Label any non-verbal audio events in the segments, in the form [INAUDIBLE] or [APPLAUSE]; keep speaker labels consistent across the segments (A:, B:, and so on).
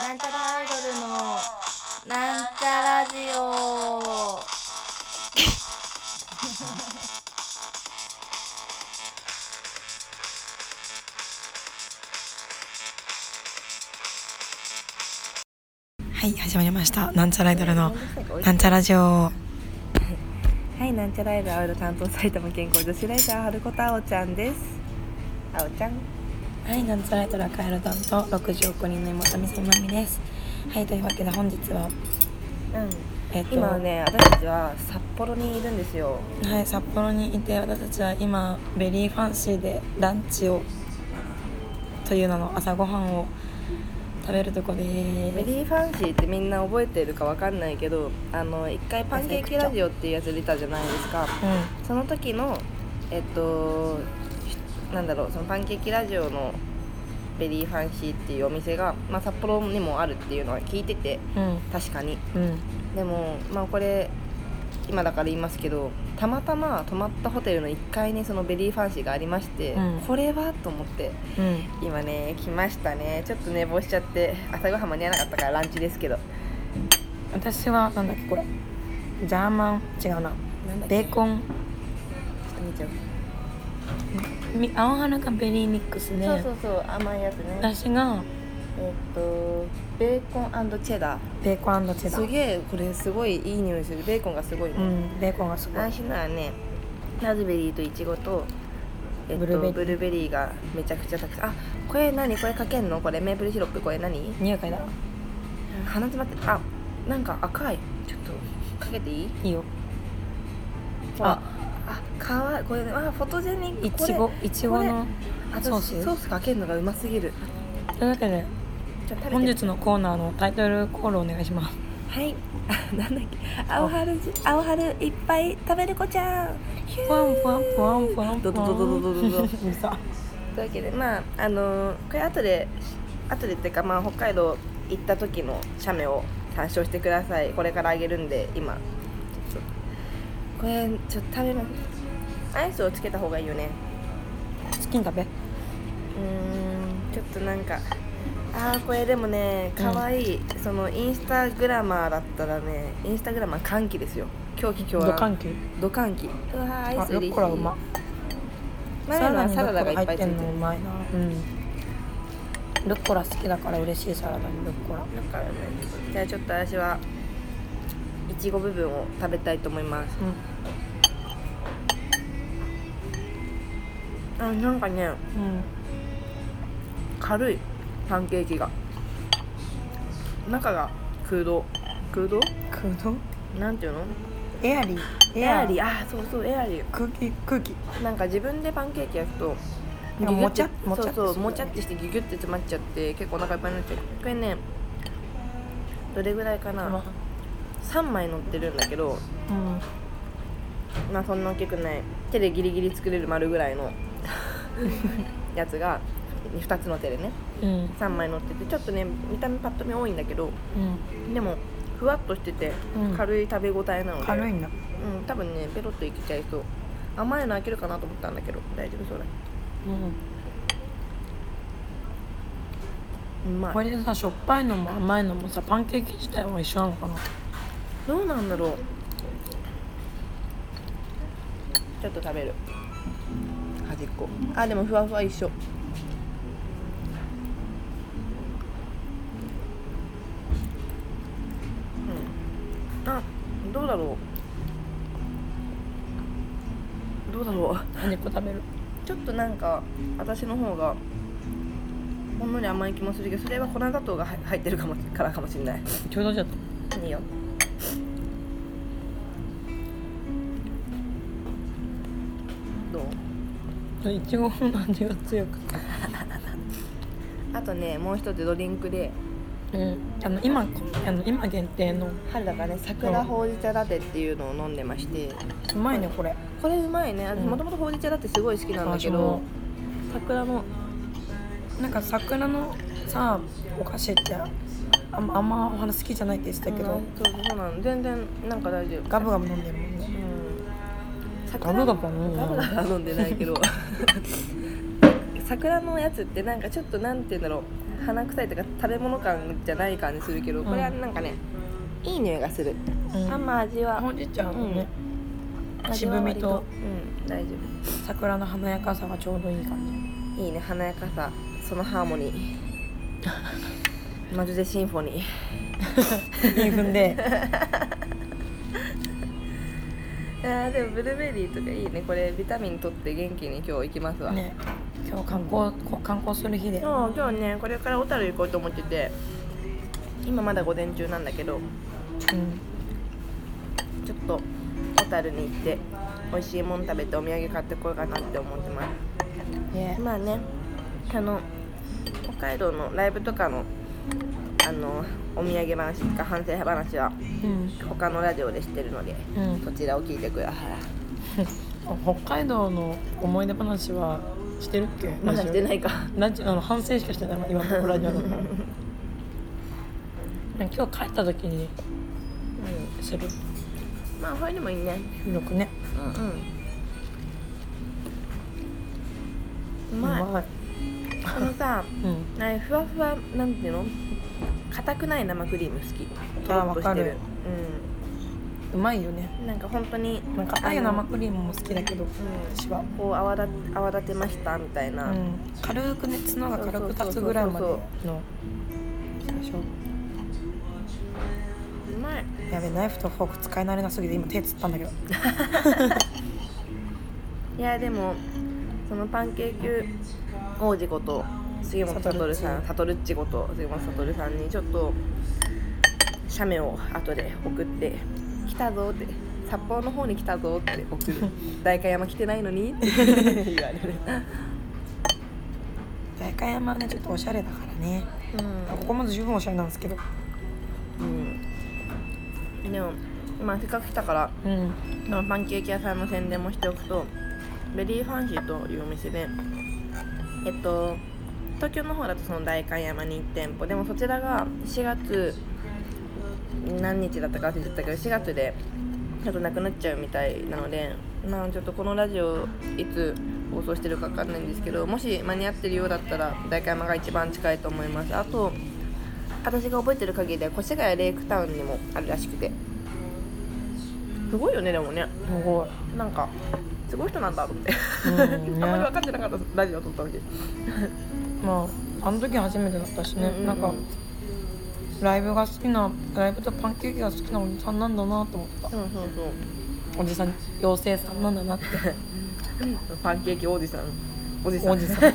A: なんちゃらアイドルのなんちゃラジオ
B: はい、始まりました。なんちゃらアイドルのなんちゃラジオ。
C: はい、なんちゃらアイドルアイドル担当埼玉健康女子ライター春子とあおちゃんです。あおちゃん。
B: はい、なんちゃらアイドル赤ヘルダンと六十億人の妹みそまみです。はい、というわけで本日
C: う
B: は
C: ん。
B: えっ、と
C: 今ね、私たちは札幌にいるんですよ。
B: はい、札幌にいて私たちは今ベリーファンシーでランチをという名の朝ごはんを食べるとこで
C: ベリーファンシーってみんな覚えてるかわかんないけど、あの一回パンケーキラジオっていうやつ出たじゃないですか。
B: う
C: その時のえっとひなんだろうそのパンケーキラジオのベリーファンシーっていうお店が、まあ、札幌にもあるっていうのは聞いてて
B: ん
C: 確かに
B: うんうん
C: でもまあこれ今だから言いますけどたまたま泊まったホテルの1階にそのベリーファンシーがありまして、
B: うん
C: これはと思って
B: うん
C: 今ね来ましたねちょっと寝坊しちゃって朝ごはん間に合わなかったからランチですけど
B: 私はなんだっけこれジャーマン違うな
C: なんだっ
B: ベ
C: け
B: ーコン
C: ちょっと見ちゃう、
B: み青花かベリーミックスで、
C: そうそうそう甘いやつね
B: 私が
C: えっとベーコンチェダー
B: ベーコンチェダ
C: す
B: ー
C: げえこれすごいいい匂いするベーコンがすごいね、
B: うんベーコンがすごい
C: 私のはねラズベリーとイチゴと、えっと、ブ
B: ブル
C: ル
B: ーベリー
C: ーベリーがめちゃくちゃたくさんあこれ何これかけんのこれメープルシロップこれ何
B: 匂い嗅いだ
C: 鼻詰まってあなんか赤いちょっとかけていい
B: いいよ
C: ほらあかわいいこれあフォトジェニック
B: い
C: これ
B: ちごいちごの
C: あ
B: ソ
C: ソ
B: ー
C: ー
B: ス
C: スソースかけるのがうますぎる
B: というわけで
C: じゃあ食べて
B: 本日のコーナーのタイトルコールお願いします
C: はい [LAUGHS] あなんだっけ青春じ青春いっぱい食べる子ちゃんヒュー
B: ふわんふわんふわんふわん
C: ドドドドドドドド
B: うるさ
C: というわけでまああのーこれ後で後でっていうかまあ北海道行った時の写メを参照してくださいこれからあげるんで今ちょっとこれちょっと食べますアイスをつけた方がいいよね
B: チキン食べ
C: うーんちょっとなんかああこれでもねかわいい、そのインスタグラマーだったらねインスタグラマー歓喜ですよ狂気狂
B: ドカン
C: 乱
B: キ
C: ドカンキうわーアイス
B: あ
C: 嬉し
B: ル
C: い
B: ッコラうま
C: 前のはサラダがいっぱいつい
B: て
C: て
B: ん
C: る
B: のうまいなうんルッコラ好きだから嬉しいサラダにルッコラ
C: だからねじゃあちょっと私はいちご部分を食べたいと思います
B: う
C: あなんかね
B: んうん
C: 軽いパンケーキが中が空洞空洞
B: 空洞
C: なんていうの
B: エアリー
C: エアリーあそうそうエアリ
B: 空気空気
C: ーなんか自分でパンケーキ焼くと
B: なんかもちゃ
C: ギュギュって
B: もちゃっ
C: そ
B: て
C: う
B: する
C: そ
B: よ
C: う
B: ね
C: もちゃってしてギュギュって詰まっちゃって結構お腹いっぱいになっちゃうこれねどれぐらいかな3枚乗ってるんだけど
B: うん
C: まあそんな大きくない手でギリギリ作れる丸ぐらい
B: [LAUGHS]
C: のやつが2つの手でね
B: うん
C: 3枚乗っててちょっとね見た目パッと見多いんだけど
B: う
C: でもふわっとしてて
B: うん
C: 軽い食べ応えなので、うんん、
B: 軽いんだ
C: 多分ねペロッといけちゃいそう甘いの開けるかなと思ったんだけど大丈夫そうだ
B: うん
C: うま
B: こ
C: い
B: れでさしょっぱいのも甘いのもさパンケーキ自体は一緒なのかな
C: どうなんだろうちょっと食べる端っこあでもふわふわ一緒うんあどうだろうどうだろう
B: 何個食べる
C: ちょっとなんか私の方がほんのり甘い気もするけどそれは粉砂糖が入入ってるかもからかもしれない
B: ちょうどじゃった
C: いいよどう
B: いちごの味が強くて、
C: あとねもう一つドリンクで
B: あの今あの今限定の
C: 春だからね桜ほうじ茶ラテっていうのを飲んでまして
B: うまいねこれ
C: これうまいね
B: うん
C: もともとほうじ茶ラテすごい好きなんだけど桜の
B: なんか桜のさお菓子ってああんまあんまお花好きじゃないって言ってたけど、
C: うんそうそうなの全然なんか大丈夫
B: ガブガブ飲んでるもんね
C: うん
B: ガブガブ飲む
C: ガブガブは [LAUGHS] 飲んでないけど桜のやつってなんかちょっとなんて言うんだろう鼻臭いとか食べ物感じゃない感じするけどこれはなんかね、いい匂いがする、
B: うん
C: あんま味は
B: ほうじ茶のね、
C: 味は
B: 渋みと
C: 割うん大丈
B: 桜の華やかさがちょうどいい感
C: 夫いいね華やかさそのハーモ
B: [LAUGHS]
C: ニーマジでシンフォニー
B: じ。いい分で。
C: あーでもブルーベリーとかいいねこれビタミン取って元気に今日行きますわ、
B: ね、今日観光こ観光する日で。
C: そう今日ねこれから小樽行こうと思ってて今まだ午前中なんだけど
B: うん。
C: ちょっと小樽に行って美味しいもん食べてお土産買ってこようかなって思ってま
B: ね
C: す。まあねあの北海道のライブとかのあのお土産話とか反省話は
B: うん。
C: 他のラジオでしてるので
B: うん。
C: そちらを聞いてくださ
B: 北海道の思い出話はしてるっけ
C: いまだしてないいか
B: ラジオあの反省しかしてない今のところラジ
C: [LAUGHS]
B: オの今日帰った時に
C: う
B: する
C: んまあこれでもいいね
B: 収録ね
C: うんうんうまい
B: まい
C: このさ
B: うん
C: あれふわふわなんていうの硬くない生クリーム好きとろっとして
B: わかるうまいよね
C: うんなんか本当に
B: なんかあゆ生クリームも好きだけど
C: うん
B: 私は
C: こう泡立て泡立てましたみたいうな、
B: ん軽くね角が軽く立つぐらいまで
C: そう
B: の最初
C: うまい
B: やべナイフとフォーク使い慣れなすぎて今手つったんだけ [LAUGHS] ど
C: いやでもそのパンケーキ王子こと杉本悟さん悟っちこと杉本悟さんにちょっと写メを後で送って「来たぞ」って「札幌の方に来たぞ」って送る「代官山来てないの [LAUGHS] に」って言われる
B: 大会山はねちょっとおしゃれだからねここまず十分おしゃれなんですけど
C: うん、うん、でもまあせっかく来たから
B: うん
C: そのパンケーキ屋さんの宣伝もしておくとベリーファンシーというお店でえっと東京の方だとその代官山に1店舗でもそちらが4月何日だったか忘れちゃったけど4月でちょっとなくなっちゃうみたいなのでまあちょっとこのラジオいつ放送してるか分かんないんですけどもし間に合ってるようだったら代官山が一番近いと思いますあと私が覚えてる限りでは越谷レイクタウンにもあるらしくてすごいよねでもね
B: すごい
C: なんかすごい人なんだと思って、
B: うんね
C: あんまり分かってなかったラジオ撮った時、
B: まああの時初めてだったし
C: う
B: ね、
C: んうんうん
B: なんかライブが好きなライブとパンケーキが好きなおじさんなんだなと思った
C: そうそう
B: おじさん妖精さんなんだなって
C: そうパンケーキおじさんおじさん
B: おじさん
C: [LAUGHS]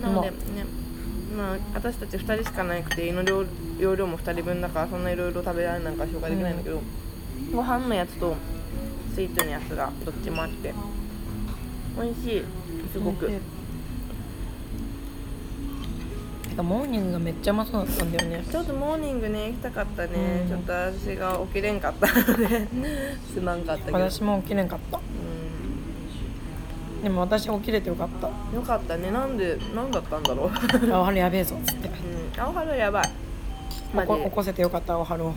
C: なのでねまあ私たち2人しかなくて胃の量容量も2人分だからそんないろいろ食べられないから紹介できないんだけど、ご飯のやつとスイーツのやつがどっちもあって美味しいすごく
B: てかモーニングがめっちゃうまそうだったんだよね
C: ちょっとモーニングね行きたかったね、
B: うん
C: ちょっと私が起きれんかったので [LAUGHS] すまんかったけど、う
B: 私も起きれんかった
C: ん、
B: でも私起きれてよかった [LAUGHS]
C: よかったねなんでなんだったんだろう、
B: あおはるやべえぞっつって
C: うん、青春やばい
B: 起
C: マジ
B: こ
C: で
B: 起こせてよかったおはるを
C: うん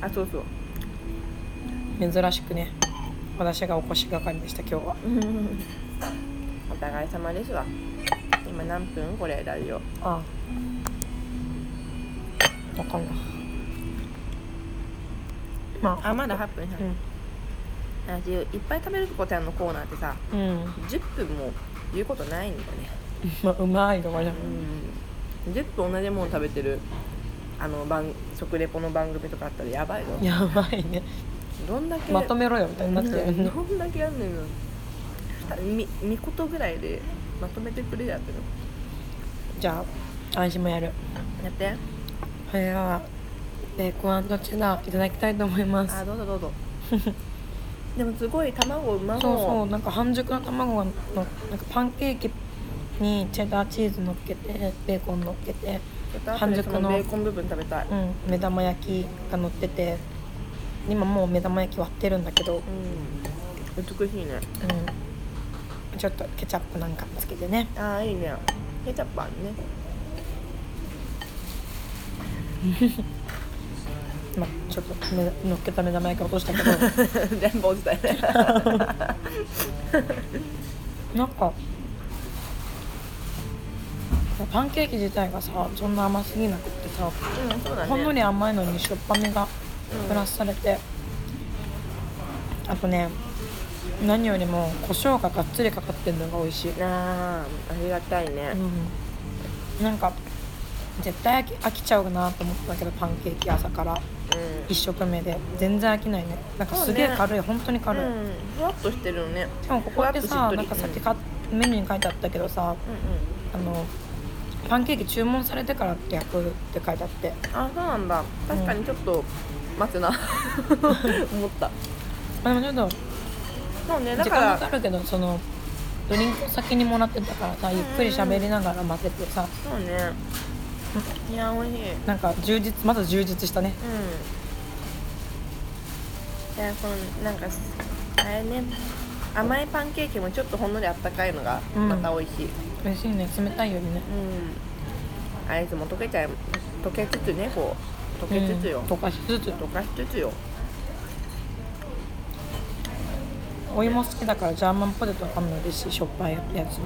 C: あそうそう [LAUGHS]
B: 珍しくね私が起こし係でした今日は
C: お互い様ですわ今何分これラジオ
B: ああわかんないまあ
C: あまだ8分
B: う
C: ラジオいっぱい食べる子ちゃんのコーナーってさ
B: ん、うん、
C: 10分も言うことないんだよね
B: まあうまいとかじゃん
C: うん10分同じもの食べてるあの番食レポの番組とかあったらやばいぞ
B: やばいね
C: どんだけ
B: まとめろよみたいになってる
C: うんどんだけやんねんのみみことぐらいでまとめてくれやってる
B: じゃあ私もやる
C: やって
B: それではベーコンチェダーいただきたいと思います
C: あどうぞどうぞでもすごい卵うま
B: そうそ
C: そう
B: なんか半熟の卵がのなんかパンケーキにチェダーチーズ乗っけてベーコン乗っけて
C: うちょっと後でそ
B: 半熟の
C: のベーコン部分食べたい
B: うん目玉焼きが乗ってて今もう目玉焼き割ってるんだけど、
C: うん美しいね
B: うん、ちょっとケチャップなんかつけてね
C: ああいいねケチャップあるね
B: [LAUGHS] まあちょっとめ乗っけた目玉焼き落とし
C: [LAUGHS]
B: たけど
C: 全部落ちたよね
B: なんかパンケーキ自体がさそんな甘すぎなくってさ
C: うんそうだね
B: ほんのり甘いのにしょっぱみがプラスされて、あとね何よりも胡椒ががっつりかかってるのが美味しい、
C: あーありがたいね、
B: うん、なんか絶対飽き飽きちゃうなと思ったけどパンケーキ朝から
C: うん
B: 1食目で全然飽きないねなんか
C: そう
B: す
C: ね
B: げえ軽い、本当に軽い、
C: うん、ふわっとしてるよね
B: しかもここって
C: ふわ
B: さ
C: っとしっとり
B: なんかさっきかメニューに書いてあったけどさ
C: うん
B: あのパンケーキ注文されてからって焼くって書いてあって
C: うんあそうなんだ確かにちょっと待つな思った
B: まあでもちょっと
C: そうねだ
B: 時
C: か
B: 間かからるけどそのドリンクを先にもらってたからさゆっくり喋りながら待ててさ
C: そうねいや美味しい
B: なんか充実まず充実したね
C: うんいやこのなんかあれね甘いパンケーキもちょっとほんのりあったかいのが
B: うん
C: また美味しい
B: 嬉しいね冷たいよりね
C: うん、アイスも溶けちゃい溶けつつねこう溶けつつよ
B: うん、溶かしつつ
C: 溶かしつつよ
B: お芋好きだからジャーマンポテトかも嬉しいしょっぱいやつ
C: う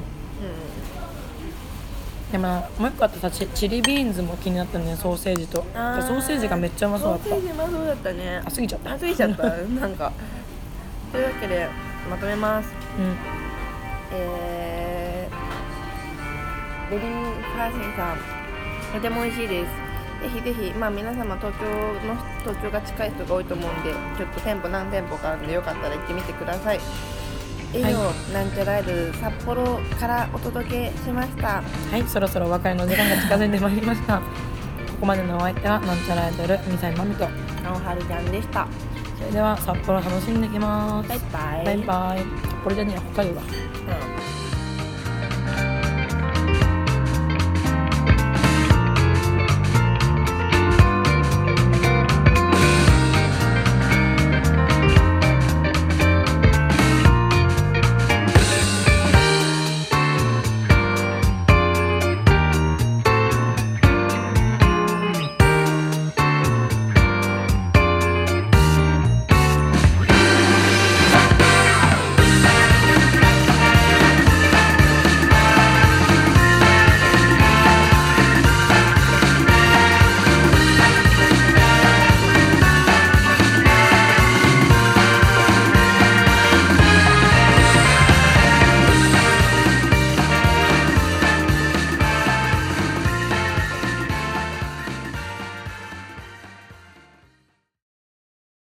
B: でもなもう一個あってさチチリビーンズも気になったねソーセージとソ
C: あー
B: ーセージがめっちゃうま
C: ん
B: そうだっ
C: ソーセージうまそうだったね
B: たあ過ぎちゃった
C: あ過ぎちゃった [LAUGHS] なんかというわけでまとめます
B: うん
C: えー、ベリーファーセンさんとても美味しいですぜひぜひまあ皆様東京の東京が近い人が多いと思うんでちょっと店舗何店舗かあるんでよかったら行ってみてください以上、なんちゃらライブ札幌からお届けしました
B: はいそろそろお別れの時間が近づいてまいりましたここまでのお相手はなんちゃらアイドル2歳まみと
C: 青春ちゃんでした
B: それでは札幌楽しんできます
C: バイバイ
B: バイバイこれじゃねえ北海道だ
C: うん